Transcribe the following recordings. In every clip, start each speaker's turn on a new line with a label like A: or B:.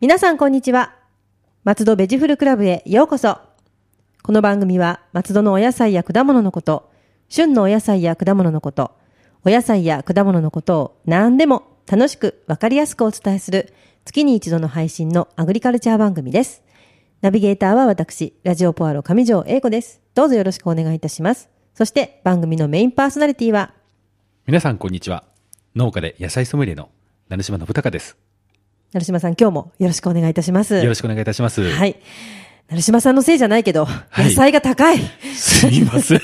A: 皆さんこんにちは。松戸ベジフルクラブへようこそ。この番組は松戸のお野菜や果物のこと、旬のお野菜や果物のこと、お野菜や果物のことを何でも楽しくわかりやすくお伝えする月に一度の配信のアグリカルチャー番組です。ナビゲーターは私、ラジオポアロ上条英子です。どうぞよろしくお願いいたします。そして番組のメインパーソナリティは
B: 皆さんこんにちは農家で野菜ソムリエの成島信孝です
A: 成島さん、今日もよろしくお願いいたします。
B: よろしくお願いいたします
A: はい。成島さんのせいじゃないけど、
B: い
A: 野菜が高い。
B: すみ ません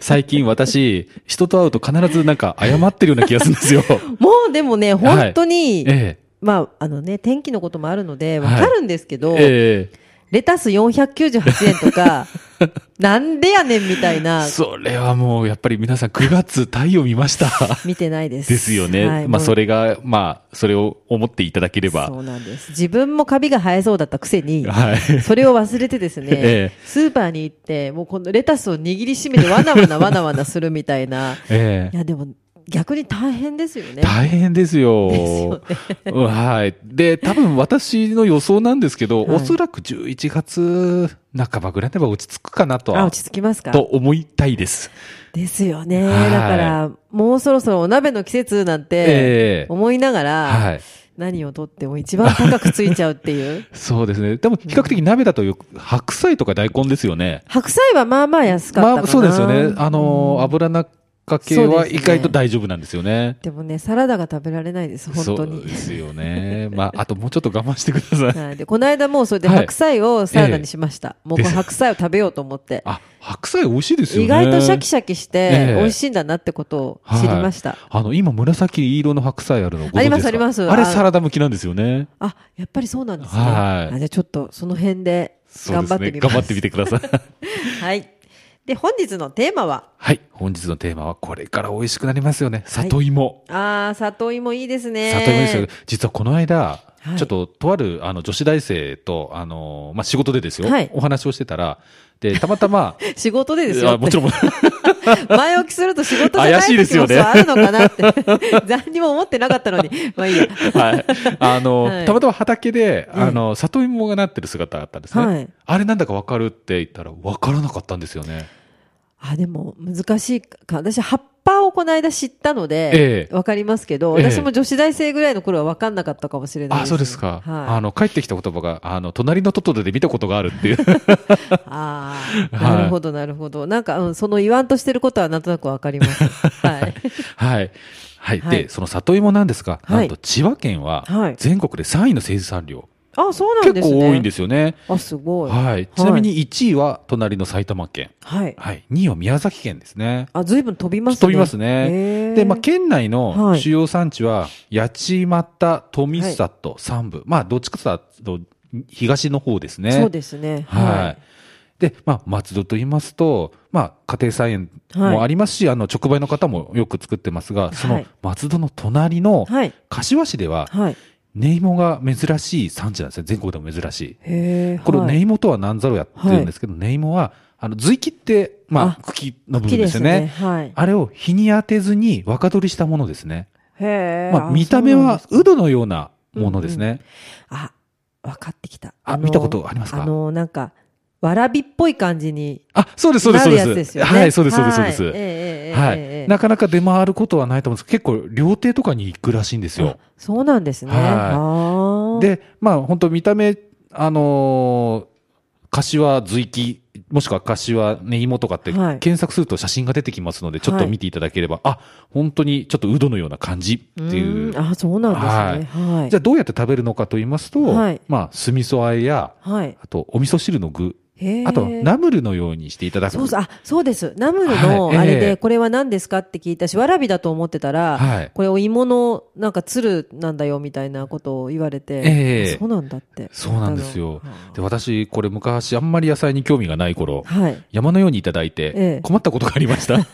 B: 最近私人と会うと必ずなんか謝ってるような気がするん ですよ
A: もうでもね、本当に、
B: え
A: まあ、あのね、天気のこともあるので、
B: は
A: わ
B: い
A: かるんですけ
B: え
A: ど、
B: え
A: レタス498円と か、なんでやねんみたい
B: え
A: な、
B: それはもうやっぱり皆さん9月太陽見 ました
A: 見てないです。
B: ですよね、
A: はい
B: ま
A: も
B: あ
A: う
B: それがまあそれを思っていただければ
A: そうなんです。自分もカビが生えそうだったくせに、
B: はい
A: それを忘れてですね、
B: ええ
A: スーパーに行って、もうこのレタスを握りしめてわなわなわなわなするみたい な。
B: え
A: いや、でも逆に大変ですよね。
B: 大変ですよ。
A: です
B: はい。で、多分私の予想なんですけど、
A: はい
B: おそらく11月半ばぐらいでは落ち着くかなと
A: あ、
B: は、
A: 落ち着きますか
B: と思いたいです。
A: ですよね。
B: はい
A: だから、もうそろそろお鍋の季節なんて、
B: ええ
A: 思いながら、
B: はい。
A: 何をとっても一番高くついちゃうって いう。
B: そうですね。でも比較的鍋だとよく白菜とか大根ですよね。
A: 白菜はまあまあ安かったかな。
B: まあ、そうですよね。あのー、油中系
A: そう
B: は
A: ですね
B: 意外と大丈夫なんですよね。
A: でもね、サラダが食べられないです、本当
B: そう
A: に
B: で。すよね。まあ、あともうちょっと我慢してください。
A: はい、でこの間もうそれで
B: はい
A: 白菜をサラダにしました。もうこの白菜を食べようと思って。
B: あ、白菜美味しいですよね。
A: 意外とシャキシャキして
B: ええ
A: 美味しいんだなってことを知りました。
B: あの、今、紫色の白菜あるのご存知ですか
A: ありますあります
B: あれ、
A: あ
B: サラダ向きなんですよね。
A: あ、やっぱりそうなんですね。
B: はい
A: あじゃあちょっとその辺で
B: そう
A: 頑張
B: です
A: って
B: ね。
A: みます。
B: 頑張ってみてください。
A: はい。で、本日のテーマは、
B: はい。本日のテーマは、これから美味しくなりますよね。里芋。
A: あー、里芋いいですね。
B: 里芋ですよ。実はこの間、
A: はい
B: ちょっと、とある、あの、女子大生と、あの、まあ、仕事でですよ、
A: はい
B: お話をしてたら、で、たまた ま、
A: 仕事でです
B: あ
A: よ。
B: もちろん、
A: 前置きすると仕事じゃない
B: 怪しいです
A: 時も
B: よ
A: そうあ
B: ね
A: るのかなって。 何にも思ってなかったのに。 まあいいや。
B: はい。あの、
A: はい
B: たまたま畑で、
A: ええ
B: あの、里芋がなってる姿があったんですね。
A: はい
B: あれなんだかわかるって言ったら、わからなかったんですよね。
A: あ、でも難しいか。私、葉っぱをこの間知ったので
B: え、
A: わかりますけど、
B: ええ
A: 私も女子大生ぐらいの頃はわかんなかったかもしれない
B: あ、そうですか。あ
A: はい。
B: の、帰ってきた言葉が、あの、隣のトトロで見たことがある っていう。
A: ああ、
B: はい
A: なるほど、なるほど。なんか、うん、その言わんとしてることはなんとなくわかります。 はい。
B: はい。はい。
A: はい
B: で、その里芋なんですが、
A: はい
B: なんと千葉県は
A: はい、
B: 全国で3位の生産量。
A: あ、そうなんで
B: 結
A: すね。。
B: 構多いんですすよね。
A: あ、すごい。
B: はい。ちなみに1位は隣の埼玉県。
A: はい。
B: はい。2位は宮崎県ですね。
A: あ、ずいぶん飛びますね。
B: 飛びます
A: へー
B: ね。で、まあ、県内の
A: はい
B: 主要産地は、八幡、富里、三部。まあ、どっちかというと、東の方ですね。
A: そうですね。
B: はい。で、まあ、松戸と言いますと、まあ、家庭菜園もありますし、あの、直売の方もよく作ってますが、そ
A: は
B: の
A: い
B: 松戸の隣の
A: はい。
B: 柏市では、
A: はい。
B: ネイモが珍しい産地なんですね。全国でも珍しい。
A: へえ。
B: これ、
A: はい
B: ネイモとは何ざろうやってるんですけど、ネイモは、あの、髄切って、まあ、茎の部
A: 木
B: 分ですよね。
A: はい。
B: あれを日に当てずに若取りしたものですね。
A: へえ。
B: まあ、
A: あ
B: 見た目
A: そうなん
B: は
A: です
B: ウドのようなものですね。
A: あ、わかってきた。
B: あ
A: の
B: 見たことありますか
A: あの、なんか、わらびっぽい感じに
B: あ、そうです、そうです、
A: な
B: そ
A: る
B: う
A: やつで
B: ですす。
A: よね。
B: はい、そうです、そうです、そう
A: は
B: で
A: い
B: す。
A: ええ
B: はい。
A: な
B: なかなか出回ることはないと思うんですけど、結構料亭とかに行くらしいんですよ。
A: そうなんですね。
B: はい
A: ああ。、
B: で、まあ本当見た目、あのー、柏随記、もしくは柏ね芋とかって
A: はい
B: 検索すると写真が出てきますので、ちょっと見ていただければ、あ、本当にちょっとウドのような感じっていう。
A: んあ、そうなんですね。はい。
B: じゃあどうやって食べるのかと言いますと、
A: はい
B: まあ酢味噌和えや、
A: はい。
B: あとお味噌汁の具、
A: へえ。
B: あとナムルのようにしていただく。
A: そうそう、あ、そうです。ナムルの、
B: はい
A: あれ
B: え
A: で、
B: え
A: これは何ですかって聞いたし、わらびだと思ってたら、
B: はい
A: これお芋の、なんか、つるなんだよ、みたいなことを言われて、
B: ええ
A: あそうなんだって。
B: そうなんですよ
A: あの。
B: で、私、これ昔あんまり野菜に興味がない頃、
A: はい。
B: 山のようにいただい
A: ええ
B: て、困ったことがありました。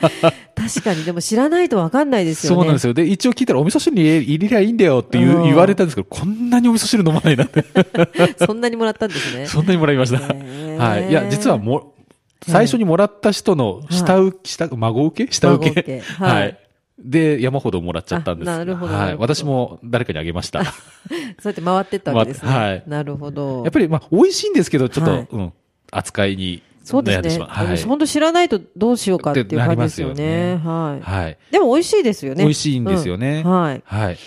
A: 確かに、でも知らないとわかんない ですよね。
B: そうなんですよ。で、一応聞いたらお味噌汁に入れりゃいいんだよっていう
A: うん
B: 言われたんですけど、こんなにお味噌汁飲まないなんて、
A: そんなにもらったんですね。
B: そんなにもらいました。
A: へえ
B: はい。いや、実はも、最初にもらった人の下請け、下、孫請け下請
A: 孫請け
B: け。
A: はい
B: はい。で、山ほどもらっちゃったんです。
A: あなるほどな
B: は
A: る
B: い。
A: ほど
B: 私も誰かにあげました。や
A: そうやって回ってったわけですね。
B: 回ってはい
A: なるほど。
B: っぱり、まあ、美味しいんですけど、ちょっと、
A: はい
B: うん、扱いに
A: そうで
B: 悩
A: す
B: んでし
A: ね。
B: まう。はい。
A: 本当知らないとどうしようかっていう感じですよ
B: ってな
A: ね。
B: り
A: はい。
B: はい。
A: でも美味しいですよね。
B: 美味しいんですよね。
A: うんはい。
B: はい。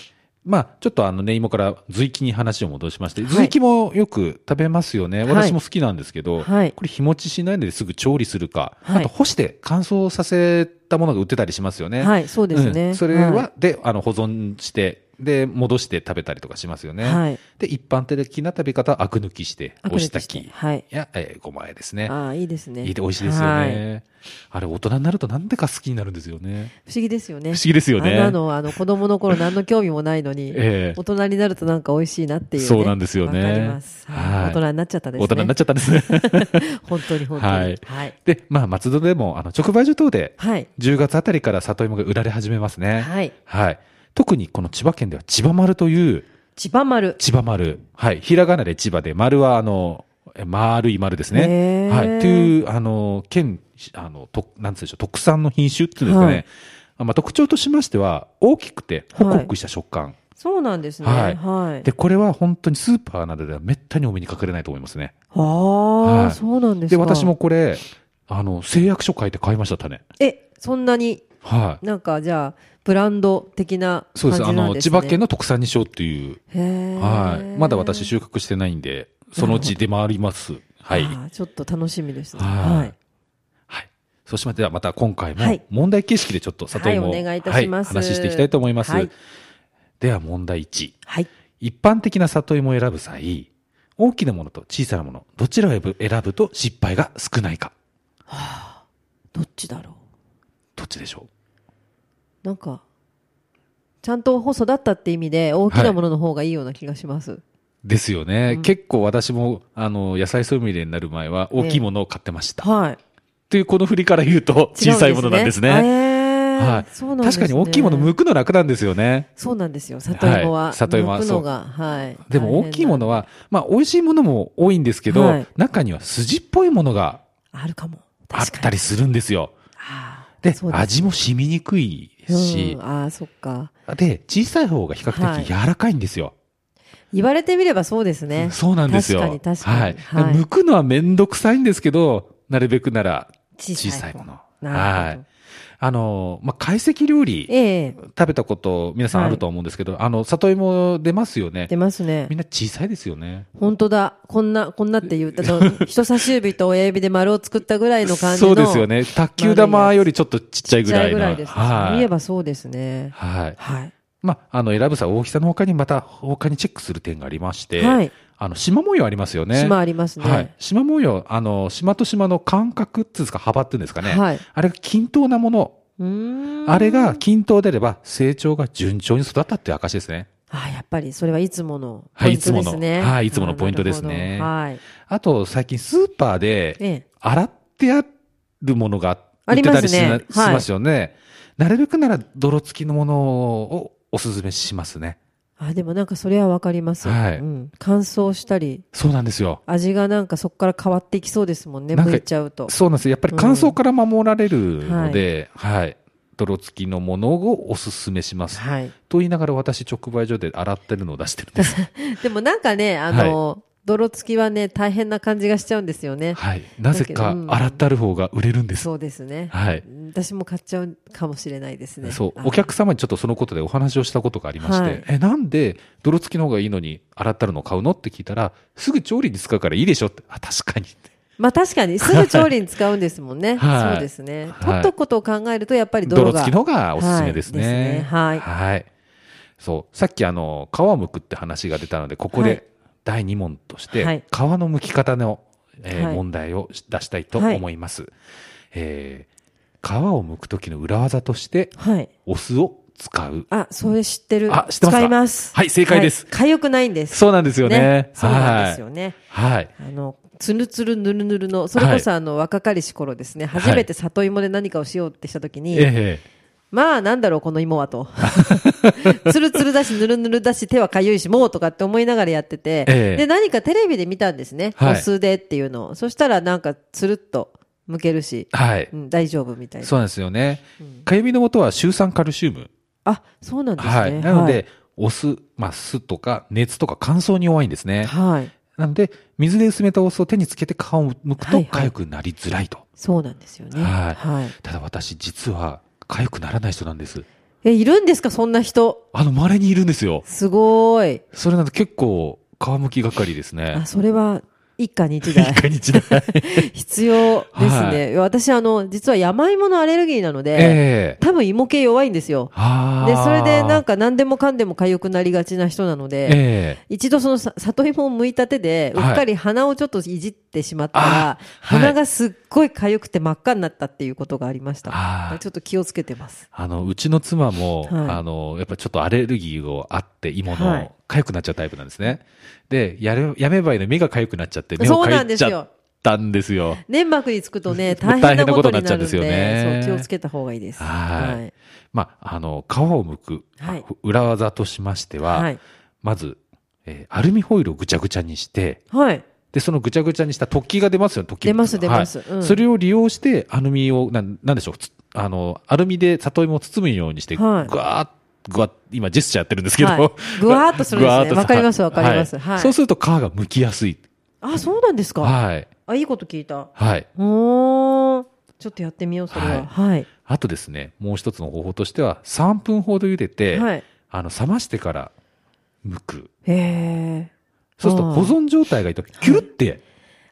B: まあ、ちょっとあのね、今から随記に話を戻しまして、
A: はい
B: 随記もよく食べますよ
A: は
B: ね。
A: い
B: 私も好きなんですけど、
A: はい
B: これ日持ちしないのですぐ調理するか、
A: はい
B: あと干して乾燥させたものが売ってたりしますよね。
A: はい、そうです
B: う
A: ね。
B: んそれは、
A: はい
B: で、あの、保存して、で、戻して食べたりとかしますよね。
A: はい。
B: で、一般的な食べ方はアク抜きして、
A: アク
B: お
A: 抜き
B: した
A: して
B: き
A: はい
B: や、えー、ごまあえですね。
A: ああ、いいですね。
B: いいで美味しいですよ
A: はい
B: ね。あれ、大人になるとなんでか好きになるんですよね。
A: 不思議ですよね。
B: 不思議ですよね。
A: あんなの、あの、子供の頃何の興味もないのに、
B: ええ
A: 大人になるとなんか美味しいなっていう、ね。
B: そうなんですよね
A: わかります。
B: は
A: 大
B: い
A: 人になっちゃったですね。
B: 大人になっちゃったんですね。
A: 本当に本当に。
B: はい
A: はい。
B: で、まあ、松戸でも、あの、直売所等で、
A: はい。
B: 10月あたりから里芋が売られ始めますね。い。
A: はい。
B: 特にこの千葉県では千葉丸という、
A: 千葉丸。
B: 千葉丸。はい。ひらがなで千葉で、丸はあの、え丸い丸です
A: へ
B: ね。
A: ー
B: はい。という、あの、県、あの、と、なんつうんでしょう、特産の品種っていうんですかね。
A: はい
B: まあ、特徴としましては、大きくて、ホクホクした食感。
A: そうなんですね。は。
B: はいい
A: はい、
B: で、これは本当にスーパーなどではめったにお目にかかれないと思いますね。
A: ああ、
B: はい
A: そうなんです
B: で、
A: か。
B: 私も。これ、あの、製薬書書いて買いました、種。
A: え、そんなに
B: はい。
A: なんかじゃあ、ブランド的な
B: そう
A: 感
B: で
A: じ
B: す。
A: な
B: あ
A: んですね。
B: の、千葉県
A: の。
B: の特産にしようっていう。
A: へ
B: は
A: え
B: い。まだ私収穫してないんで、そのうち出回ります。はい。
A: あーちょっと楽しみですね。
B: はい
A: はい。
B: はい。そうしまして、ではまた今回も
A: はい
B: 問題形式でちょっと里芋を、
A: はいお願いいたします
B: 話していきたいと思います。
A: はい
B: では問題1。
A: はい。
B: 一般的な里芋を選ぶ際、大きなものと小さなもの、どちらを選ぶ選ぶと失敗が少ないか。
A: どっちだろ
B: どっちでしょ
A: う。なんか、ちゃんと細だったって意味で、大きなものの方がいいような気がします。
B: うですよね、
A: うん
B: 結構私も、あの、野菜ソムリエになる前は大きいものを買ってました。
A: はい。
B: というこの振りから言うと、
A: 違うんですね
B: 小さいものなんですね。
A: へー
B: はい
A: そうなんですね
B: 確かに大きいもの剥くの楽なんですよね。
A: そうなんですよ。里芋は。
B: はい里芋は
A: 剥くのが、はい。
B: でも大きいもの
A: は。
B: は、まあ美味しいものも多いんですけど、
A: はい
B: 中には筋っぽいものが
A: あるかも。
B: あっ
A: 確か
B: た
A: に。
B: りするんですよ。
A: あー
B: で、
A: そうす
B: 味も染みにくいですし
A: うん、ああ、そっか。
B: で、小さい方が比較的柔らかいんですよ。
A: 言われてみればそうですね。
B: そうなんですよ。
A: 確かに確かに
B: はい。
A: はい
B: 剥くのはめんどくさいんですけど、なるべくなら
A: 小
B: 小さいもの。
A: な
B: は
A: るほ
B: い
A: ど。。
B: あの、まあ、解析料理、
A: ええ
B: 食べたこと、皆さんあると思うんですけど、あの、里芋出ますよね
A: 出。ますね
B: み。んな小さいですよね。
A: 本当だ。こんな、こんなって言ったと、人差し指と親指で丸を作ったぐらいの感じの。
B: そうですよ。ね。卓球玉よりちょっとちっちゃい
A: ぐ
B: ぐ
A: ら
B: ら
A: い
B: い
A: ぐ
B: の。
A: らいです、ね。
B: は
A: 見れ
B: い。
A: ばそうですね。
B: はい。
A: はい。
B: まあ、あの、選ぶさ、大きさの他にまた、他にチェックする点がありまして、
A: はい。
B: あの、縞模様ありますよね。
A: 島ありますね。
B: はい。縞模様、あの、島と島の間隔っていうんですか、幅っていうんですかね。
A: はい。
B: あれが均等なもの。
A: うーん
B: あれが均等であれば、成長が順調に育ったっていう証ですね。
A: あやっぱりそれはいつもの
B: は
A: ポ
B: い
A: イントですね。
B: いつものはいいつものポイントです
A: あ
B: ね
A: なるほどはい。
B: あと、最近スーパーで、
A: ええ。
B: 洗ってあるものが
A: あ
B: 売っ
A: り
B: て
A: ま
B: た
A: すね
B: りしなし
A: はい
B: ますよね。なるべくなら泥付きのものをおすすめしますね。
A: あ、でもなんかそれはわかります。
B: はい
A: うん。乾燥したり、
B: そうなんですよ。
A: 味がなんかそこから変わっていきそうですもんね。
B: なんか
A: 剥いちゃうと。
B: そうなんですよ。やっぱり乾燥から守られるので、はい、泥付きのものをおすすめします。
A: はい。
B: と言いながら私直売所で洗ってるのを出してるんです。
A: でもなんかね、あの、泥付きはね、大変な感じがしちゃうんですよね。
B: はい。なぜ
A: だ
B: か
A: けどうん
B: 洗ってある方が売れるんです。
A: そうですね。
B: はい。
A: 私も買っちゃうかもしれないですね。
B: そう
A: あ。
B: お客様にちょっとそのことでお話をしたことがありまして、
A: はい
B: え、なんで泥付きの方がいいのに洗ったるのを買うのって聞いたら、すぐ調理に使うからいいでしょって。あ、確かにって。
A: まあ確かに、すぐ調理に使うんですもんね。
B: はい
A: そうですね。
B: はい
A: 取っとくことを考えると、やっぱり泥
B: 泥
A: が。
B: 付きの方がおすすめです
A: はいで
B: ね。
A: すねはい
B: そう。さっきあの、皮を剥くって話が出たので、ここ
A: はい
B: で第2問として、
A: はい
B: 皮の剥き方の、えー
A: はい
B: 問題を出したいと思います。えー皮を剥く時の裏技として、
A: はい。
B: お酢を使う。
A: あ、それ知ってる。
B: あ知ってますか
A: 使います。
B: はい正解です
A: はいかゆくないんです。
B: そうなんですよね。
A: そうなんですよね。
B: はい。はい。
A: あの、つるつるぬるぬるの、それこそあの、若かりし頃ですね、
B: はい
A: 初めて里芋で何かをしようってしたときに、
B: ええ
A: まあなんだろうこの芋は と。つるつるだし、ぬるぬるだし、手はかゆいし、もうとかって思いながらやってて、
B: ええ
A: で、何かテレビで見たんですね。
B: はい
A: お酢でっていうのを。そしたらなんかつるっとむけるし、
B: はい。
A: うん、大丈夫みたいな。
B: そうなんですよね。
A: うん
B: かゆみの元はシュウ酸カルシウム。
A: あ、そうなんですね。
B: はい。なので、、お酢、まあ、酢とか熱とか乾燥に弱いんですね。
A: はい。
B: なので、水で薄めたお酢を手につけて皮を剥く
A: は
B: と
A: いはい
B: 痒くなりづらいと。
A: そうなんですよね。
B: はい
A: はい。
B: ただ私、実は痒くならない人なんです。
A: え、いるんですかそんな人。
B: あの、稀にいるんですよ。
A: すごーい。
B: それなので結構、皮むき係ですね
A: あ、。それは、一家に一
B: 一
A: 台。
B: 回に一台。
A: 必要ですね。
B: はい
A: いや私、あの、実は山芋のアレルギーなので、
B: ええ
A: 多分芋系弱いんですよ。
B: あ
A: で、それでなん
B: か、
A: か何でもかんでも痒くなりがちな人なので、
B: ええ
A: 一度そのさ里芋を剥いた手で、う
B: はい
A: っかり鼻をちょっといじってしまったら、
B: あはい
A: 鼻がすっごい痒くて真っ赤になったっていうことがありました。
B: あー
A: ちょっと気をつけてます。
B: あの、うちの妻も、
A: はい
B: あの、やっぱちょっとアレルギーをあって、芋の、
A: はい
B: 痒くなっちゃうタイプなんですね。で、やる、やめばいいのに目が痒くなっちゃって、目を
A: そうなん
B: 痒い
A: です
B: ちゃ
A: よ
B: っ。たんですよ。
A: 粘膜につくとね、大
B: 大
A: 変
B: 変
A: な
B: な
A: こ
B: ことと
A: にな
B: にな
A: る
B: っ
A: ん
B: ちゃうん
A: で、
B: ですよね
A: そう気をつけた方がいいです。
B: はい
A: はい。
B: まあ、あの、皮を剥く、
A: はい
B: 裏技としましては、
A: はい。
B: まず、えーアルミホイルをぐちゃぐちゃにして、
A: はい。
B: で、そのぐちゃぐちゃにした突起が出ますよね、突起
A: 出ます出ます
B: はい
A: うん
B: それを利用して、アルミを、なんなんでしょう、つあの、アルミで里芋を包むようにして、ぐ
A: は
B: わ
A: い
B: ーっぐわっ今ジェスチャーやってるんですけど、
A: はいぐわーっとするん ですね
B: ぐわーっと
A: わかります
B: はい
A: わかりますはい
B: そうすると皮が剥きやすい。
A: あ、そうなんですか、
B: はい。
A: あ、いいこと聞いた。
B: はい。
A: おー。ちょっとやってみよう、それは。はい。
B: あとですね、もう一つの方法としては、3分ほど茹でて、
A: はい。
B: あの、冷ましてから剥く。
A: へえ。
B: そうすると
A: あー
B: 保存状態がいいと、キュルって、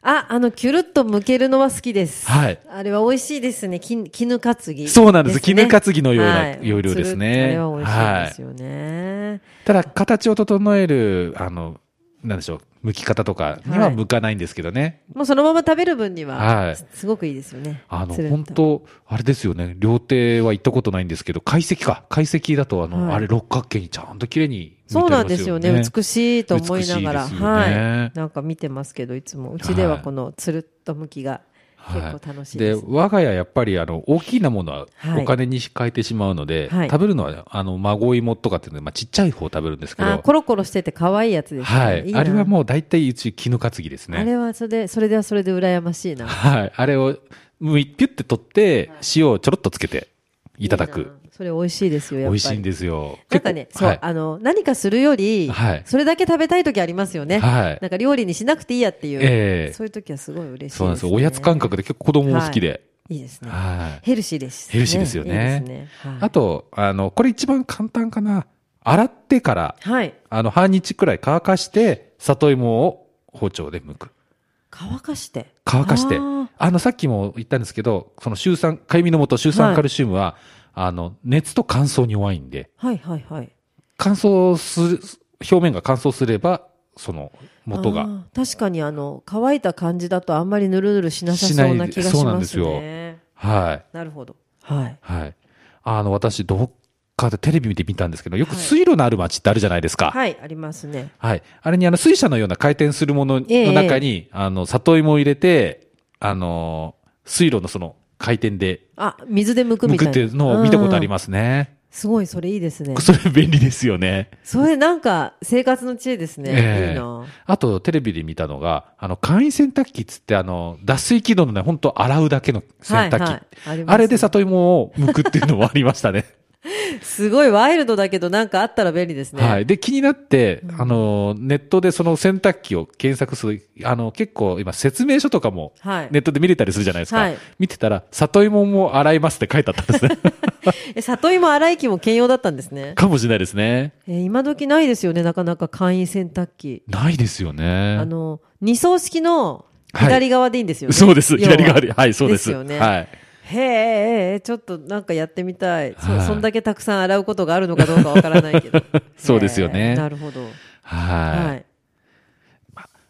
A: あ、あの、キュルッと剥けるのは好きです。
B: はい。
A: あれは美味しいですね。き絹担ぎ。
B: そうなんです
A: ね
B: 絹担ぎのような
A: はい
B: 要領ですね
A: つるっとあれは美味しいですよね。
B: ただ、形を整える、あの、なんでしょう、剥き方とかには剥かないんですけどね。
A: もうそのまま食べる分には、
B: はい
A: すすごくいいですよね。
B: あの、
A: つるっと
B: 本当あれですよね、料亭は行ったことないんですけど、解析か。解析だと、あの、
A: はい
B: あれ六角形にちゃんと綺麗に見
A: そうなんですよね。美しいと思いながら、
B: 美しいですよね
A: はい。なんか見てますけど、いつも。うちではこのつるっと向きが結構楽しい
B: で
A: です。
B: 我が家やっぱりあの大きなものは
A: はい
B: お金に変えてしまうので、
A: はい
B: 食べるのはあの孫芋とかっていうので、まあ、ちっちゃい方を食べるんですけど、
A: あ、コロコロしてて可愛いやつですね。
B: はい
A: な
B: あれはもう大体うち絹担ぎです
A: あ
B: ね
A: れはそれで、それではそれで羨ましいな。
B: はいあれをむいピュッて取って塩をちょろっとつけていただく
A: いいな。それ美味しいですよ、やっ
B: 美
A: ぱり。
B: 味しいんですよ
A: なんかね、そ
B: 結構
A: う、
B: はい
A: あの、何かするより、
B: はい
A: それだけ食べたい時ありますよね。
B: はい
A: なんか料理にしなくていいやっていう、
B: ええ
A: そういう時はすごい嬉しいです、ね。
B: そうなんですよおやつ感覚で結構子供も好きで、
A: いいですね。
B: はい
A: ヘルシーです、ね。
B: ヘルシーですよね
A: いいですねはい、
B: あとあのこれ一番簡単かな洗ってから
A: はい。
B: あの半日くらい乾かして里芋を包丁で剥く
A: 乾かして。
B: 乾かして
A: あー
B: あの、さっきも言ったんですけど、その週酸、かゆみのもと、週酸カルシウムは、あの、熱と乾燥に弱いんで、
A: はいはいはい。
B: 乾燥する、表面が乾燥すれば、その、元
A: あ
B: が。
A: ー。確かにあの、乾いた感じだとあんまりぬるぬるしなさそうな気がしますね。
B: しないそうなんですよはい。
A: なるほど。はい。
B: はい。あの、私、どっかでテレビ見て見たんですけど、よく
A: はい
B: 水路のある街ってあるじゃないですか。はい。
A: はい、ありますね。
B: あれに、あの、水車のような回転するもの
A: ええ
B: の中に、あの、里芋を入れて、あの、水路のその、回転で、
A: あ、水で剥く
B: む
A: みたい
B: く
A: な。
B: っていうのを見たことあり
A: す。
B: ますね。
A: すごい、それいいですね。
B: それ便利ですよね。
A: それなんか、生活の知恵ですね。
B: え
A: い
B: え
A: いな。
B: あと、テレビで見たのが、あの、簡易洗濯機っつって、あの、脱水機能のない、本当洗うだけの洗濯機。
A: はいはいあります
B: あれで里芋を剥くっていうのもありましたね。
A: すごいワイルドだけど、なんかあったら便利です ね。
B: はい。で、気になって、
A: うん
B: あの、ネットでその洗濯機を検索する、あの、結構今、説明書とかも、
A: はい。
B: ネットで見れたりするじゃないですか。
A: はい
B: 見てたら、里芋も洗いますって書いてあったん ですね。
A: え、里芋洗い機も兼用だったんですね。
B: かもしれないですね。
A: えー今時ないですよね、なかなか簡易洗濯機。
B: ないですよね。
A: あの、二層式の左側でいいんですよね。
B: そうです。
A: 要は
B: 左側で。はい、そうです。
A: ですよね。
B: はい。
A: へえ、ちょっとなんかやってみたい。そ、
B: はい
A: そんだけたくさん洗うことがあるのかどうかわからないけど。
B: そうですよね
A: へえなるほど。
B: はい。
A: はい。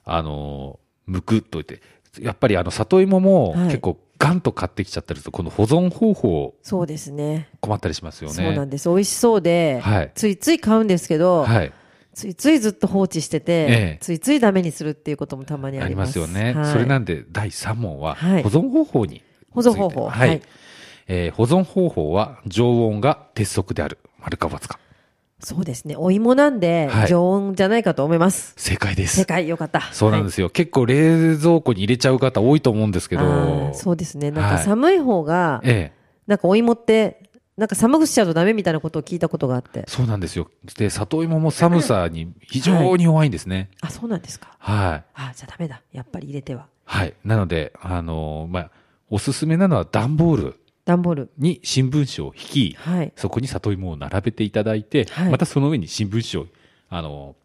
B: あのー、むくっといて、やっぱりあの、里芋も
A: はい
B: 結構ガンと買ってきちゃったりすると、この保存方法
A: そうですね。
B: 困ったりしますよね。
A: そうなんです。美味しそうで、
B: はい
A: ついつい買うんですけど、
B: はい。
A: ついついずっと放置してて、
B: ええ
A: ついついダメにするっていうこともたまにあ
B: あ
A: り
B: り
A: ま。
B: ますすよね。
A: はい
B: それなんで、第3問は、
A: はい
B: 保存方法について。
A: 保存方法
B: はい。
A: はい
B: えー保存方法は、常温が鉄則である。丸か×か。
A: そうですね。お芋なんで、
B: はい
A: 常温じゃないかと思います。
B: 正解で
A: 正
B: す。
A: 解、よかった。
B: そうなんですすよ。結構冷蔵庫に入れちゃう方多いと思うんですけど。
A: そうですね。なんか
B: はい
A: 寒い方が、
B: ええ。
A: なんかお芋って、なんか寒くしちゃうとダメみたいなことを聞いたことがあって。
B: そうなんですよ。で、里芋も寒さに非常に弱いんですね。
A: あ、そうなんですか。
B: はい。
A: あ、じゃあダメだ。やっぱり入れては。
B: はい。なので、あのーまあ、おすすめなのは段ボール
A: 段ボール。
B: に新聞紙を引き、
A: はい。
B: そこに里芋を並べていただいて、
A: はい
B: またその上に新聞紙を、あの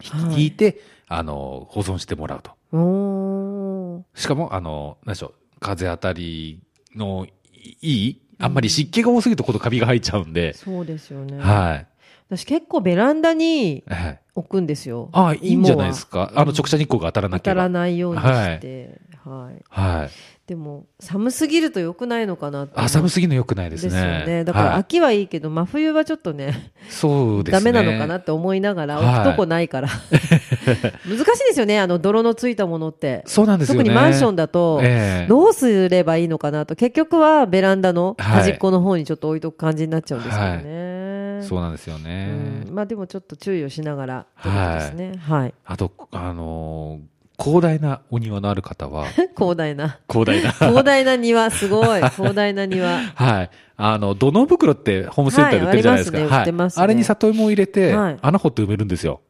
B: ー
A: は
B: 引い
A: い。
B: て、あのー保存してもらうと。
A: おー。
B: しかも、あのー、何でしょう、風当たりのいい、あんまり湿気が多すぎるとこのカビが生えちゃうんで、
A: そうですよね。
B: はい。
A: 私結構ベランダに
B: はい、
A: 置くんですよ。
B: ああ、いいんじゃないです
A: か。
B: か。あの、直射日光が当たらな
A: 当
B: け
A: た
B: れば。
A: らないようにして。はい。
B: はい。
A: でも、寒すぎると良くないのかなって思う
B: あ、寒すぎるの良くないですね。
A: ですよね。だから
B: はい
A: 秋はいいけど、真冬はちょっとね、
B: そうです
A: ダメ
B: ね。
A: なのかなって思いながら、
B: はい
A: 置くとこない から。難しいですよね、あの泥のついたものって。
B: そうなんですよね。
A: 特にマンション
B: だ
A: だと、
B: ええ
A: どうすればいいのかなと、結局はベランダの端っこの方にちょっと置いとく感じになっちゃうんですけどね。
B: そうなんですよね。
A: うんまあでもちょっと注意をしながらということですね。はい。
B: あと、あのー広大なお庭のある 方は、
A: 広大な。
B: 広大な。
A: 広大な庭、すごい。広大な庭。
B: はい。あの、土の袋ってホームセンターで売ってるじゃないですか。
A: はいありますね売ってますね
B: あれに里芋を入れて、
A: はい
B: 穴掘って埋めるんですよ。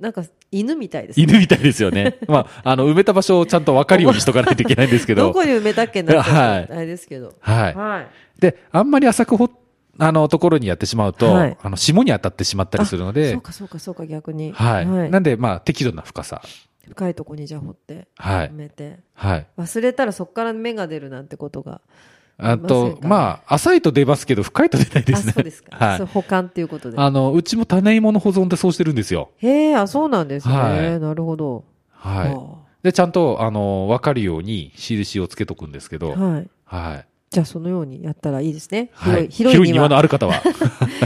A: なんか犬みたいですね。
B: 犬みたいですよ ね。まあ、あの、埋めた場所をちゃんと分かるようにしとかないといけないんです け
A: ど
B: ど。
A: こに埋めたっけ なっちゃうとあれですけど。
B: はい。
A: はい。
B: で、あんまり浅くほ、あの、ところにやってしまうと、
A: はい
B: あの、霜に当たってしまったりするの
A: そ
B: で
A: う、かそうかそうか逆に。
B: はい。なんで、まあ、適度な深さ。
A: 深いとこにじゃあ掘って
B: はい
A: 埋。めて。
B: はい。
A: 忘れたらそこから芽が出るなんてことが。
B: あ
A: いませ
B: と
A: ん、か
B: まあ、浅いと出ますけど、深いと出ないです
A: あ、
B: ね。
A: そうですか。
B: は
A: そう
B: い。
A: 保管っていうことで。
B: あの、うちも種芋の保存でそうしてるんですよ。
A: へえ、あ、そうなんです
B: は
A: ね。
B: い
A: なるほど。
B: はい。で、ちゃんと、あの、わかるように印をつけとくんですけ
A: あ
B: ど、
A: ーはい。
B: はい。
A: じゃあそのようにやったらいいですね。
B: は
A: 広
B: い。
A: い、 広い
B: 広い庭
A: 庭
B: のある方は、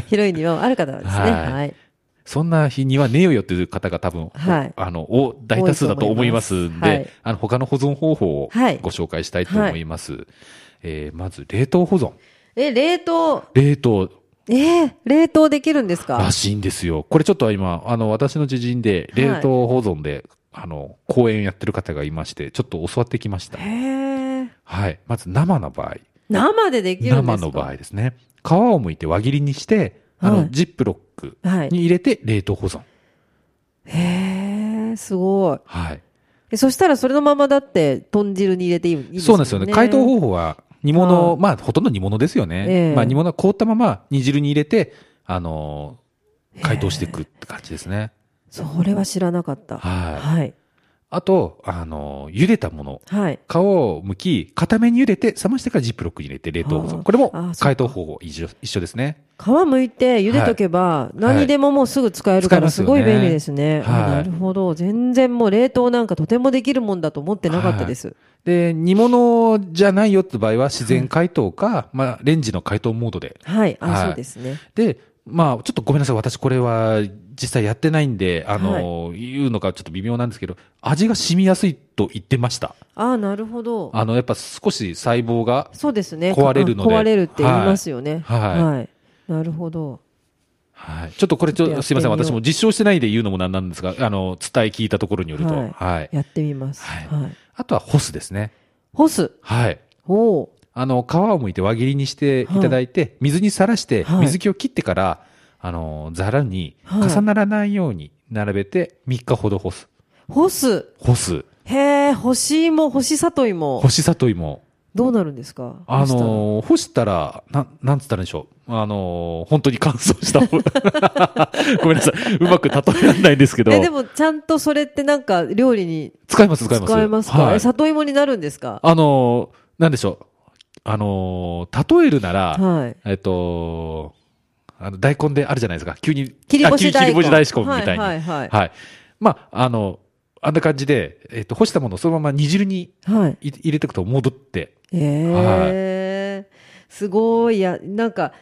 A: 広い庭をある方はですね。
B: はい
A: はい。
B: そんな日にはねえよよっていう方が多分、
A: はい
B: あの、お大多数だと思います
A: 多い
B: んで、
A: と思いますはい
B: あの、他の保存方法を
A: はい
B: ご紹介したいと思います。えーまず、冷凍保存。
A: え、冷凍、
B: 冷凍
A: えー冷凍できるんですから
B: しいんですよ。これちょっと今、あの、私の知人で、
A: はい
B: 冷凍保存で、あの、講演やってる方がいまして、ちょっと教わってきました
A: へ。え。
B: はい。まず、生の場合。
A: 生でできるんですか
B: 生の場合ですね。皮を剥いて輪切りにして、あの、
A: はい
B: ジップロック
A: はい。
B: に入れて冷凍保存。
A: へえ、すごい。
B: はい。
A: えそしたらそれのままだって豚汁に入れていいいいんです
B: そう
A: よね。
B: なんですよね。解凍方法は、煮物、
A: はい
B: まあ、ほとんど煮物ですよね。
A: ええ
B: まあ、煮物は凍ったまま煮汁に入れて、あのー解凍していくって感じですね。
A: それは知らなかった。
B: はい。
A: はい。
B: あと、あのー茹でたもの。
A: はい。
B: 皮を剥き、固めに茹でて、冷ましてからジップロックに入れて冷凍保
A: あ
B: 存。
A: ー
B: これも
A: あーそっか
B: 解凍方法一緒一緒ですね。
A: 皮むいて茹でとけば、何でももうすぐ使えるか
B: 使え
A: ら
B: ます
A: す
B: よね
A: ごい便利ですね。あ
B: はい
A: なるほど。全然もう冷凍なんかとてもできるもんだと思ってなかったです。
B: で、煮物じゃないよって場合は自然解凍か、まあ、レンジの解凍モードで。
A: はい。あ、
B: はい
A: そうですね。
B: で、まあ、ちょっとごめんなさい。私これは実際やってないんで、あのー、言うのがちょっと微妙なんですけど、味が染みやすいと言ってました。
A: あ、なるほど。
B: あの、やっぱ少し細胞が、
A: そうですね。
B: 壊れるので
A: あ壊れるって言いますよね。
B: はいはい
A: いなるほど。
B: はい。ちょっとこれちょっとすいません。
A: やってみよう
B: 私も実証してないで言うのもなんなんですが、あの、伝え聞いたところによると。
A: は
B: はいい。
A: やってみます。
B: はい
A: はい。
B: あとは干すですね。
A: 干す。
B: はい。
A: おう
B: あの、皮を剥いて輪切りにしていただいて、水にさらして、
A: はい
B: 水気を切ってから、あの、ざらに
A: はい
B: 重ならないように並べて3日ほど干す。
A: 干す。
B: 干す。
A: へえ、干し芋、干し里芋
B: 干。し里芋。
A: どうなるんですか
B: あ、のー、干したら、なん、なんつったらいいんでしょう。あのー、本当に乾燥した 方がごめんなさい。うまく例えられないんですけど
A: え、。でもちゃんとそれってなんか料理に
B: 使います、使います。
A: 使えますか
B: は
A: え、
B: い。
A: 里芋になるんですか
B: あのー、なんでしょう。あのー、例えるなら、
A: はい。
B: えっと、あの、大根であるじゃないですか。急に、
A: 切り干し
B: あ
A: 大
B: 急
A: 根。
B: に切り干し大根みたいに。
A: は
B: はいい
A: はい
B: まあ、あの、あんな感じで、えっと、干したものをそのまま煮汁に
A: はい。はい。
B: い入れていくと戻って。
A: ええ、すごい。いや、なんか、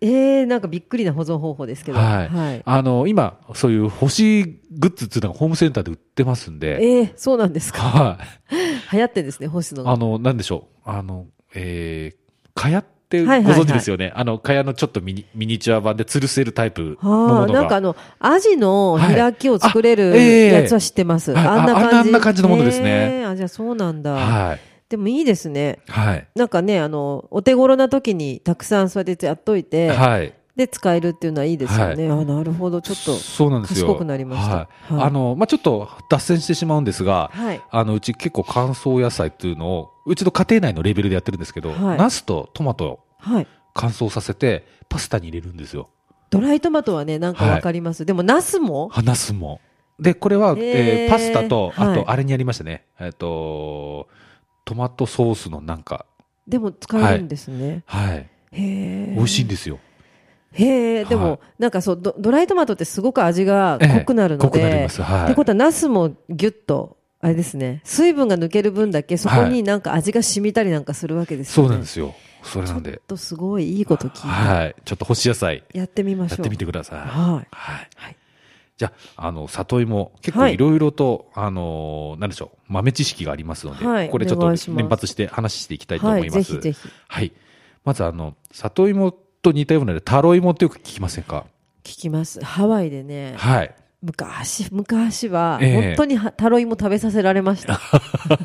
A: ええ、なんかびっくりな保存方法ですけど。
B: はい
A: はい。
B: あの、今、そういう干しグッズっていうのがホームセンターで売ってますんで。
A: ええ、そうなんですか。
B: はい。
A: 流行ってんですね、干すのが。
B: あの、なんでしょう。あの、えー、かやっってご
A: はいはいはい
B: 存知ですよね。あの、蚊帳のちょっとミニミニチュア版で吊るせるタイプの
A: は
B: も
A: あ、
B: の
A: なんかあ
B: が。
A: の、アジの開きを作れる
B: はいあええ
A: やつは知ってます。
B: はい
A: あんな感じ。
B: ああんな感じのものですね
A: ええあ、じゃあそうなんだ。
B: はい。
A: でもいいですね。
B: はい。
A: なんかね、あの、お手頃な時にたくさんそうやってやっといて、
B: はい。
A: で、使えるっていうのはいいですよね。あ、なるほど。ちょっと。
B: そうなんですよ。
A: 賢くなりました
B: はい
A: はい
B: あの、まあ、ちょっと脱線してしまうんですが、
A: はい。
B: あの、うち結構乾燥野菜っていうのを、うちの家庭内のレベルでやってるんですけど、
A: はい
B: ナスとトマトを
A: はい。
B: 乾燥させて、パスタに入れるんですよ。
A: ドライトマトはね、なんかわかります。でも、ナスも
B: ナスも。で、これは、
A: へー
B: えーパスタと、あ
A: はい
B: と、あれにありましたね。えっ、と、トマトソースのなんか、
A: でも使えるんですね。
B: はい。
A: へえ。
B: 美味しいん
A: で
B: ですよ。
A: へえ、でも、
B: はい
A: なんかそうド、ドライトマトってすごく味が濃くなるの
B: 濃く
A: で、
B: なります。はい。
A: ってことは、ナスもギュッと、あれですね、水分が抜ける分だけ、そこになんか味が染みたりなんかするわけです
B: そ
A: よ
B: う
A: ね。
B: なんですよ。それなん
A: ちょ
B: で
A: っ。とすごいいいこと聞いた。
B: はい。ちょっと干し野菜、
A: やってみまし
B: や
A: ょう。
B: ってみてください。
A: はい。
B: はい。
A: はい
B: じゃあ、あの、里芋、結
A: は
B: 構
A: い
B: いろいろと、あのー、なんでしょう、豆知識がありますので、
A: はい
B: これちょっ
A: お
B: と
A: 願いします
B: 連発して話していきたいと
A: は
B: 思
A: い
B: い
A: ぜ
B: ます。
A: ひぜひ。聞
B: はい。まず、あの、里芋と似たようなので、タロイモってよく聞きませんか
A: きます。ハワイでね、
B: はい。
A: 昔、昔は、
B: ええ
A: 本当にはタロイモ食べさせられました。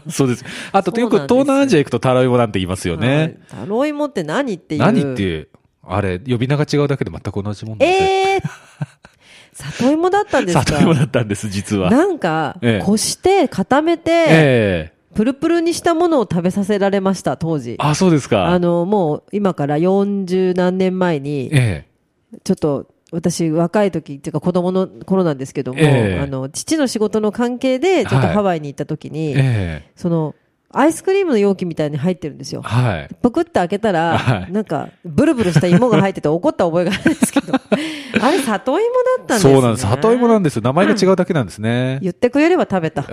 B: そうです。あと、
A: そうなん
B: よ
A: です
B: く東南アジア行くとタロイモなんて言いますよ
A: は
B: ね
A: い。タロイモって何っていう。
B: 何っていう、あれ、呼び名が違うだけで全く同じもんなんですよ。
A: ええー、里芋だったんですか
B: 里芋だったんです、実は。
A: なんか、
B: ええ
A: こして固めて、
B: ええ
A: プルプルにしたものを食べさせられました、当時。
B: あ、そうですか。
A: あの、もう今から40何年前に、
B: え
A: ちょっと私若い時っていうか子供の頃なんですけども、
B: ええ
A: あの、父の仕事の関係で、ちょっと
B: はい
A: ハワイに行った時に、
B: ええ
A: その、アイスクリームの容器みたいに入ってるんですよ
B: え。はい。
A: ぷくって開けたら、
B: はい
A: なんか、ブルブルした芋が入ってて怒った覚えがあるんですけ ど、あれ、里芋だったんですね。
B: そうなんです。里芋なんですよ。名前が違うだけなんですね。
A: 言ってくれれば食べ た。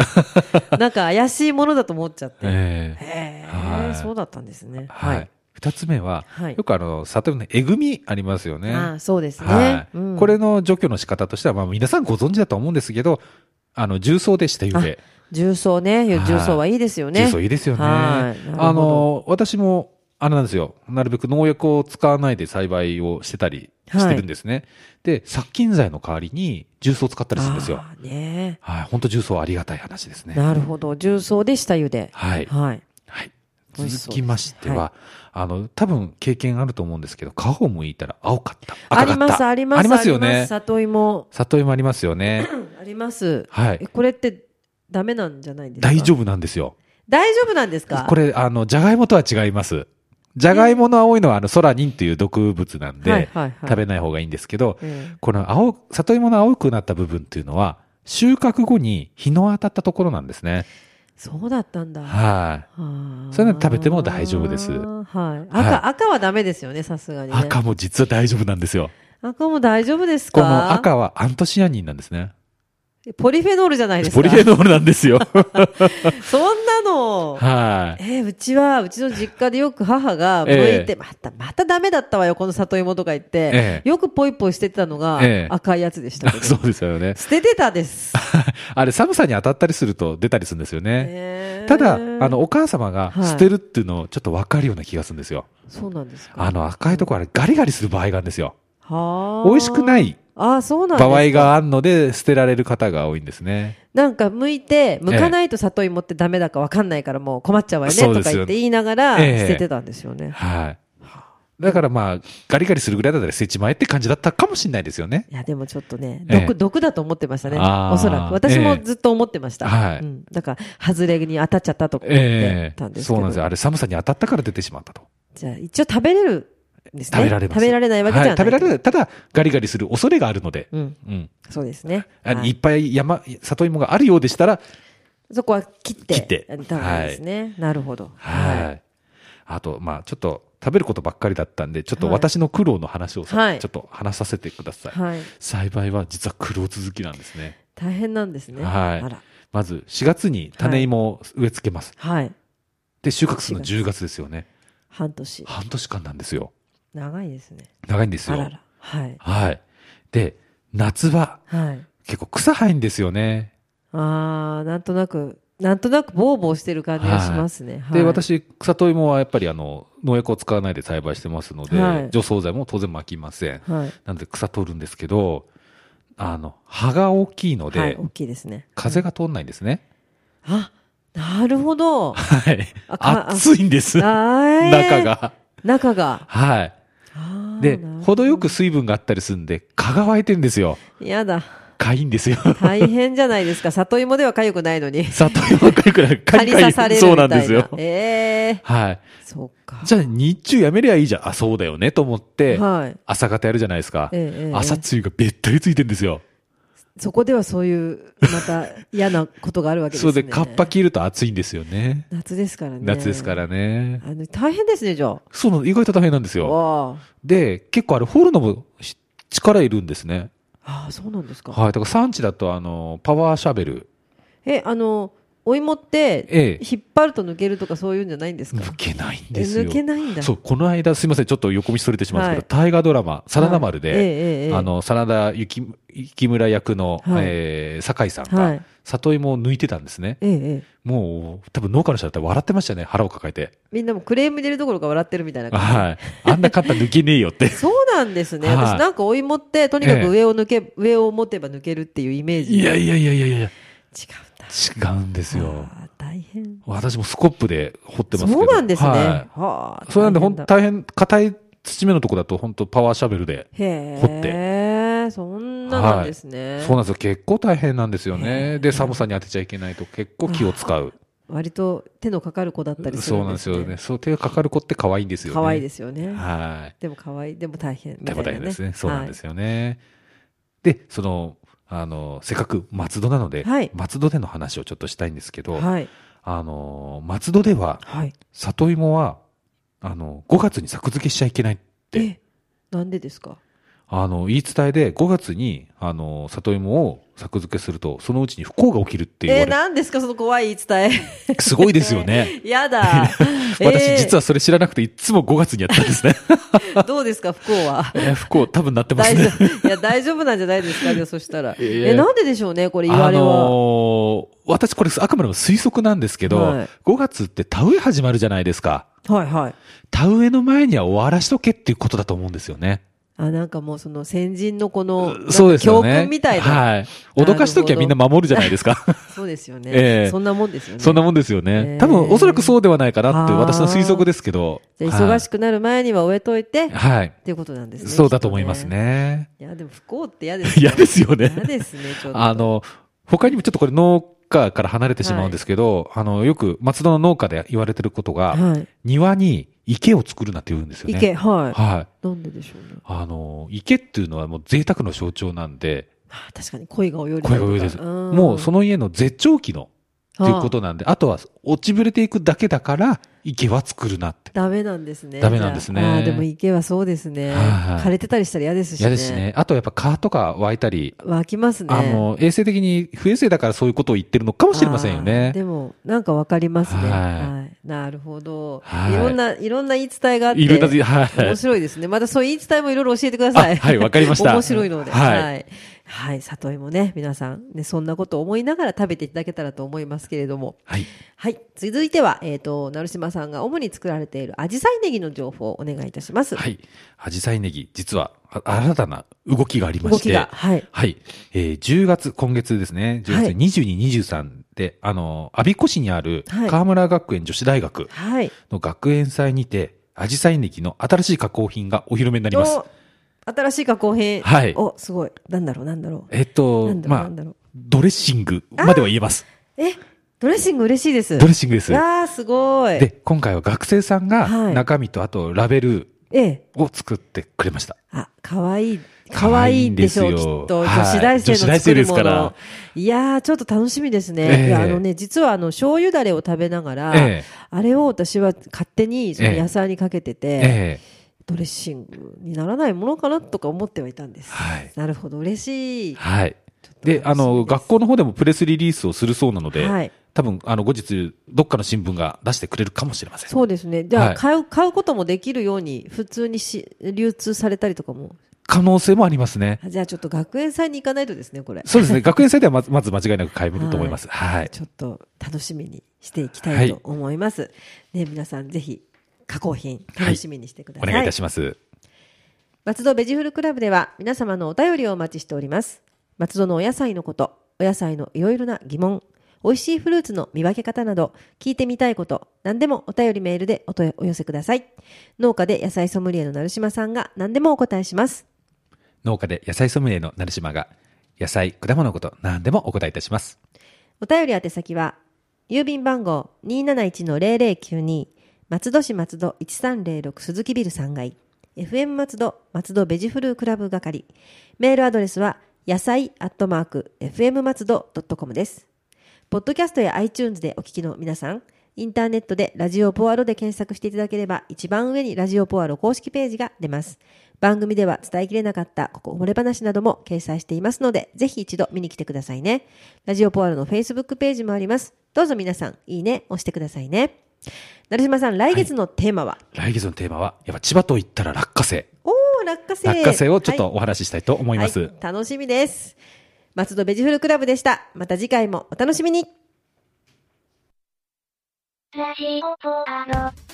A: なんか怪しいものだと思っちゃって。
B: え
A: へ
B: えは
A: え、
B: い
A: そうだったんですね。は
B: はいい。。二つ目は、
A: はい
B: よくあの、里芋のえぐみありますよね。
A: ああ、そうですね
B: は。い、
A: うん
B: これの除去の仕方としては、まあ皆さんご存知だと思うんですけど、あの、重曹でしたゆで。
A: 重曹ね。
B: はい
A: 重曹はいいですよね。
B: 重曹いいですよね。
A: はいなるほど
B: あの、私も、あれなんですよ。なるべく農薬を使わないで栽培をしてたりしてるんですね。で、殺菌剤の代わりに重曹を使ったりするんですよ。
A: ああね
B: はい。本当重曹はありがたい話ですね。
A: なるほど。重曹で下茹で。
B: はい。
A: はい。
B: はい。
A: 美味しそうです
B: 続きましては、
A: は
B: あの、多分経験あると思うんですけど、皮を剥いたら青かった。
A: あ
B: 赤か
A: り
B: った
A: ます、あります。
B: ありますよ
A: ありま
B: ね
A: す。里芋。
B: 里芋ありますよ ね。
A: あります。
B: は
A: え
B: い。
A: これってダメなんじゃないですか
B: 大丈
A: 夫。
B: 夫なんですよ。
A: 大丈夫なんですか
B: これ、あの、じゃがいもとは違います。じゃがいもの青いのは、あの、ソラニンという毒物なんで、
A: はいはいはい
B: 食べない方がいいんですけど、
A: ええ
B: この青、里芋の青くなった部分っていうのは、収穫後に日の当たったところなんですね。
A: そうだったんだ。
B: はい。
A: あー
B: そういうの食べても大丈夫です
A: はい。赤、
B: はい
A: 赤はダメですよね、さすがに、ね。
B: 赤も実は大丈夫なんですよ。
A: 赤も大丈夫ですか
B: この赤はアントシアニンなんですね。
A: ポリフェノールじゃないですか。
B: ポリフェノールなんですよ。
A: そんなの。
B: はい。
A: えーうちは、うちの実家でよく母が剥いて、
B: ええ
A: また、またダメだったわよ、この里芋とか言って、
B: ええ
A: よくポイポイしてたのが、
B: ええ
A: 赤いやつでしたけど。
B: そうですよね。
A: 捨ててたです。
B: あれ、寒さに当たったりすると出たりするんですよね。
A: えー
B: ただ、あの、、お母様が
A: はい
B: 捨てるっていうのをちょっとわかるような気がするんですよ。
A: そうなんですか。
B: あの、赤いとこあれ、ガリガリする場合があるんですよ。
A: はあ
B: 美味しくない
A: あーそうなんです
B: 場
A: か
B: 合があるので、捨てられる方が多いんですね。
A: なんか剥いて、剥かないと里芋ってダメだかわかんないからもう困っちゃうわよね
B: そう
A: と
B: です
A: か
B: よ
A: 言って言いながら
B: え
A: 捨
B: え
A: ててたんですよね。
B: はい。だからまあ、ガリガリするぐらいだったら捨てちまえって感じだったかもしれないですよね。
A: いや、でもちょっとね、
B: ええ
A: 毒、毒だと思ってましたね。
B: あー
A: おそらく。私もずっと思ってました。
B: ええはい
A: うん。だから、外れに当たっちゃったとか思って
B: ええ
A: たんですけ
B: そう
A: ど。
B: なんですよ。あれ、寒さに当たったから出てしまったと。
A: じゃあ、一応食べれるんですね。
B: 食べられます。
A: 食べられないわけじゃない。
B: は食べられない。ただ、ガリガリする恐れがあるので。
A: うん。
B: うん。
A: そうですね。
B: あの
A: はい
B: いっぱい山、里芋があるようでしたら、
A: そこは切って。
B: 切って
A: 食べるんですね。なるほど。。
B: はいい。あと、まあ、ちょっと食べることばっかりだったんで、ちょっと
A: はい
B: 私の苦労の話をさ、
A: はい
B: ちょっと話させてください。
A: はい。
B: 栽培は実は苦労続きなんですね。
A: 大変なんですね。
B: はい
A: あら。
B: まず、4月に種芋を植え付けます。
A: はい。
B: で、収穫するの10月ですよね。
A: 半年。
B: 半年間なんですよ。
A: 長いですね。
B: 長いんです
A: あ
B: よ。
A: らら。はい。
B: はい。で、夏場、
A: はい。
B: 結構草生えんですよね。
A: ああ、なんとなくなんとなくボーボーしてる感じがしますね。はい
B: で、私、草と芋はやっぱりあの、農薬を使わないで栽培してますので、
A: はい
B: 除草剤も当然巻きません。
A: はい。
B: なので草取るんですけど、あの、葉が大きいので、
A: はい、大きいですね。
B: 風が通んないんですね。
A: あ、なるほど。あ
B: はい。
A: あか
B: 暑いんです。 中
A: ー
B: が。
A: 中が。
B: はい。
A: あー
B: で
A: なる、ほ
B: 程よく水分があったりするんで、蚊が湧いてるんですよ。
A: どやだ。
B: かいんですよ。
A: 大変じゃないですか。里芋では痒くないのに。
B: 里芋かゆくない。
A: 借り刺されるみたいな。
B: そうなんですよ。
A: ええ
B: はい。
A: そうか。
B: じゃあ日中やめりゃいいじゃん。あ、そうだよね、と思って、
A: はい。
B: 朝方やるじゃないですか。
A: ええええ
B: 朝露がべったりついてるんですよ。
A: そこではそういう、また嫌なことがあるわけです
B: そ
A: ね。
B: れで、カッパ着ると暑いんですよね。
A: 夏ですからね。
B: 夏ですからね。
A: あの、大変ですね、じゃあ。
B: そうなの、意外と大変なんですよ。
A: わ
B: で、結構あれ、掘るのもし力いるんですね。
A: ああー、そうなんですか。
B: はい。だから産地だと、あの、パワーシャベル。
A: え、あの、お芋って、
B: ええ。
A: 引っ張ると抜けるとかそういうんじゃないんですか
B: 抜けないん
A: え
B: ですよ。
A: 抜けないんだ。
B: そう、この間、すいません、ちょっと横道それてしまうんですけど、大河ドラマ、真田丸
A: はいえ
B: で、
A: えええ
B: あ、の、真田幸幸村役の、
A: はい
B: えー酒井さん
A: は
B: が
A: い、。
B: 里芋を抜いてたんですね。
A: ええええ
B: もう、多分農家の人だったら笑ってましたね、腹を抱えて。
A: みんなもクレーム入れるどころか笑ってるみたいな感
B: はい。あんな簡単抜けねえよって
A: じ。。そうなんですね。
B: はい
A: 私なんかお芋って、とにか
B: ええ
A: く上を抜け、上を持てば抜けるっていうイメージ。
B: いやいやいやいやいや、
A: 違うんだ。
B: 違うんですよ。
A: あー大変。
B: 私もスコップで掘ってますけど。
A: そうなんですね。
B: は
A: はあ。
B: い。そうなんで、ほん
A: 大変だ
B: 大変、硬い土目のとこだと、本当パワーシャベルで。
A: へ
B: 掘って
A: え、そんななんですね。
B: そうなんですよ。結構大変なんですよ
A: へえ
B: ね。で、寒さに当てちゃいけないと結構気を使う。
A: 割と手のかかる子だったりする
B: そうなんですよね。。そう、手がかかる子って可愛いんですよね。。
A: 可愛いですすよね。
B: は
A: でも可愛い、でも大変
B: い。
A: みた
B: で
A: いな、ね。。
B: も大変ですね。そうなんですすよね。で、その、あの、せっかく松戸なので、
A: はい
B: 松戸での話をちょっとしたいんですけど、
A: はい。
B: あの、松戸では、
A: はい。
B: 里芋は、あの、5月に作付けしちゃいけないって、
A: え、なんでですか
B: あの、言い伝えで5月に、あの、里芋を作付けすると、そのうちに不幸が起きるって言わ
A: えー、
B: れる。
A: なんですかその怖い伝え。
B: すごいですよね。
A: やだ。
B: 私、実
A: は、
B: はそれ知らなくて、いつも5月にやったんですね。
A: どうですか不幸 は。
B: えー不幸、多分なってます
A: 大
B: ね
A: 丈。夫。いや、大丈夫なんじゃないですかね、そしたら。
B: いやいや
A: え、なんででしょうね、これ言わ
B: あ
A: れは。
B: のー私これあくまでも推測なんですけど、
A: はい
B: 5月って田植え始まるじゃないですか。
A: はいはい。
B: 田植えの前には終わらしとけっていうことだと思うんですよね。
A: あ、なんかもうその先人のこの、なんか
B: そうですよね。
A: 教訓みたいな。
B: はい。脅かしときゃみんな守るじゃないですか。
A: そうですよね、
B: ええ
A: そんなもんですよね。
B: そんなもんですよ
A: え
B: ね
A: ー。
B: 多分、おそらくそうではないかなって、
A: あー
B: 私の推測ですけど。
A: じゃあ忙しくなる前には終えといて、
B: く。はい。
A: っていうことなんですね。
B: そうだと思いますね。
A: きっとね。いや、でも不幸って嫌ですね。
B: 嫌ですよね
A: 嫌。ですね、ちょっと。
B: あの、他にもちょっとこれ農家から離れてしまうんですけど、あの、よく松戸の農家で言われてることが、
A: は
B: 庭に池を作るなって言うんですよ
A: い。
B: ね。
A: 池、はい。
B: はい。
A: なんででしょうね。
B: あの、池っていうのはもう贅沢の象徴なんで、
A: はあ確かに恋が泳いで
B: これが上です。もうそ
A: の、。
B: の家の絶頂期のっていうこととなんで、あとは落ちぶれていくだけだから、池は作るなって。
A: ダメなんですね。
B: ダメなんですね
A: じゃああーでも池はそうですね。
B: はいはい
A: 枯れてたりしたら嫌ですしね。
B: 嫌ですね。あとやっぱ蚊とか湧いたり、
A: 湧きますね。
B: あの、衛生的に不衛生だからそういうことを言ってるのかもしれませんよ
A: あー
B: ね。
A: でも、なんかわかりますね。
B: はい
A: はい。なるほど。
B: はい
A: いろんな、いろんな言い伝えがあって。
B: いろんな、は
A: 面
B: い。
A: 白いですね。またそういう言い伝えもいろいろ教えてください。
B: あ はいわかりました
A: 面白いので。は。
B: はいい
A: はい。里芋ね、皆さん、ね、そんなことを思いながら食べていただけたらと思いますけれども。
B: はい。
A: はい。続いては、えっ、と、成島さんが主に作られているアジサイネギの情報をお願いいたします。
B: はい。アジサイネギ、実はあ新たな動きがありま
A: 動
B: し
A: き
B: て
A: が。、はい。
B: はい。えー10月、今月ですね、10
A: は
B: 月
A: い
B: 22、23で、あの、阿鼻子市にある
A: はい
B: 河村学園女子大学
A: はい。
B: の学園祭にて、アジサイネギの新しい加工品がお披露目になります。
A: お新しい加工品。
B: はい
A: お、すごい。なんだろう、なんだろう。
B: えっと
A: なんだ、ろう、な
B: ま
A: んだ
B: あ、
A: ろう。
B: ドレッシングまでは言えます。
A: え、ドレッシング嬉しいです。
B: ドレッシングです。
A: わあ、すごい。
B: で、今回は学生さん
A: は
B: が
A: い
B: 中身とあとラベル
A: ええ。
B: を作ってくれました。
A: あ、かわいい。か
B: か
A: わ
B: わ
A: い
B: い
A: い
B: い
A: ん
B: ん
A: で
B: で
A: し
B: す
A: ょ
B: よ
A: う、きっと。
B: はい
A: 女子大生の
B: 女子
A: 作
B: 大
A: る
B: 生で
A: も
B: す
A: の。
B: から
A: いやー、ちょっと楽しみですね。
B: ええ
A: いやあのね、実はあの、醤油だれを食べながら、
B: ええ
A: あれを私は勝手にその
B: ええ
A: 野菜にかけてて、
B: ええ
A: ドレッシングにならないものかなとか思ってはいたんです。
B: はい
A: なるほど、嬉しい。
B: はい。
A: ちょっと楽しみ
B: で、あの、
A: です
B: 学校の方でもプレスリリースをするそうなので、
A: はい
B: 多分、あの、後日、どっかの新聞が出してくれるかもしれません。
A: そうですね。じゃあ、
B: はい
A: 買う、買うこともできるように、普通にし、流通されたりとかも。
B: 可能性もありますね。
A: じゃあちょっと学園祭に行かないとですね、これ。
B: そうで すね。学園祭ではまずまず間違いなく買い物と思います。はい。
A: ちょっと楽しみにしていきたいと思います。ね、皆さんぜひ、加工品、楽しみにしてくだ
B: お
A: さい。
B: 願いいたします。
A: 松戸ベジフルクラブでは皆様のお便りをお待ちしております。松戸のお野菜のこと、お野菜のいろいろな疑問、美味しいフルーツの見分け方など、聞いてみたいこと、何でもお便りメールでおとお寄せください。農家で野菜ソムリエの成島さんが何でもお答えします。
B: 農家で野菜ソムリエの成島が、野菜、果物のこと、何でもお答えいたします。
A: お便り宛先は、郵便番号271-0092、松戸市松戸1306鈴木ビル3階、FM 松戸松戸ベジフルクラブ係。メールアドレスは、野菜アットマーク、FM 松戸 .com です。ポッドキャストや iTunes でお聞きの皆さん、インターネットでラジオポアロで検索していただければ、一番上にラジオポアロ公式ページが出ます。番組では伝えきれなかった、ここ、漏れ話なども掲載していますので、ぜひ一度見に来てくださいね。ラジオポアロの Facebook ページもあります。どうぞ皆さん、いいね、押してくださいね。成島さん、来月のテーマは、
B: 来月のテーマは、やっぱ千葉と言ったら落花生。
A: おー、落花生。
B: 落花生をちょっ
A: は
B: と
A: い
B: お話ししたいと思います。
A: はい、楽しみです。松戸ベジフルクラブでした。また次回もお楽しみに。
C: ラジオポアロ。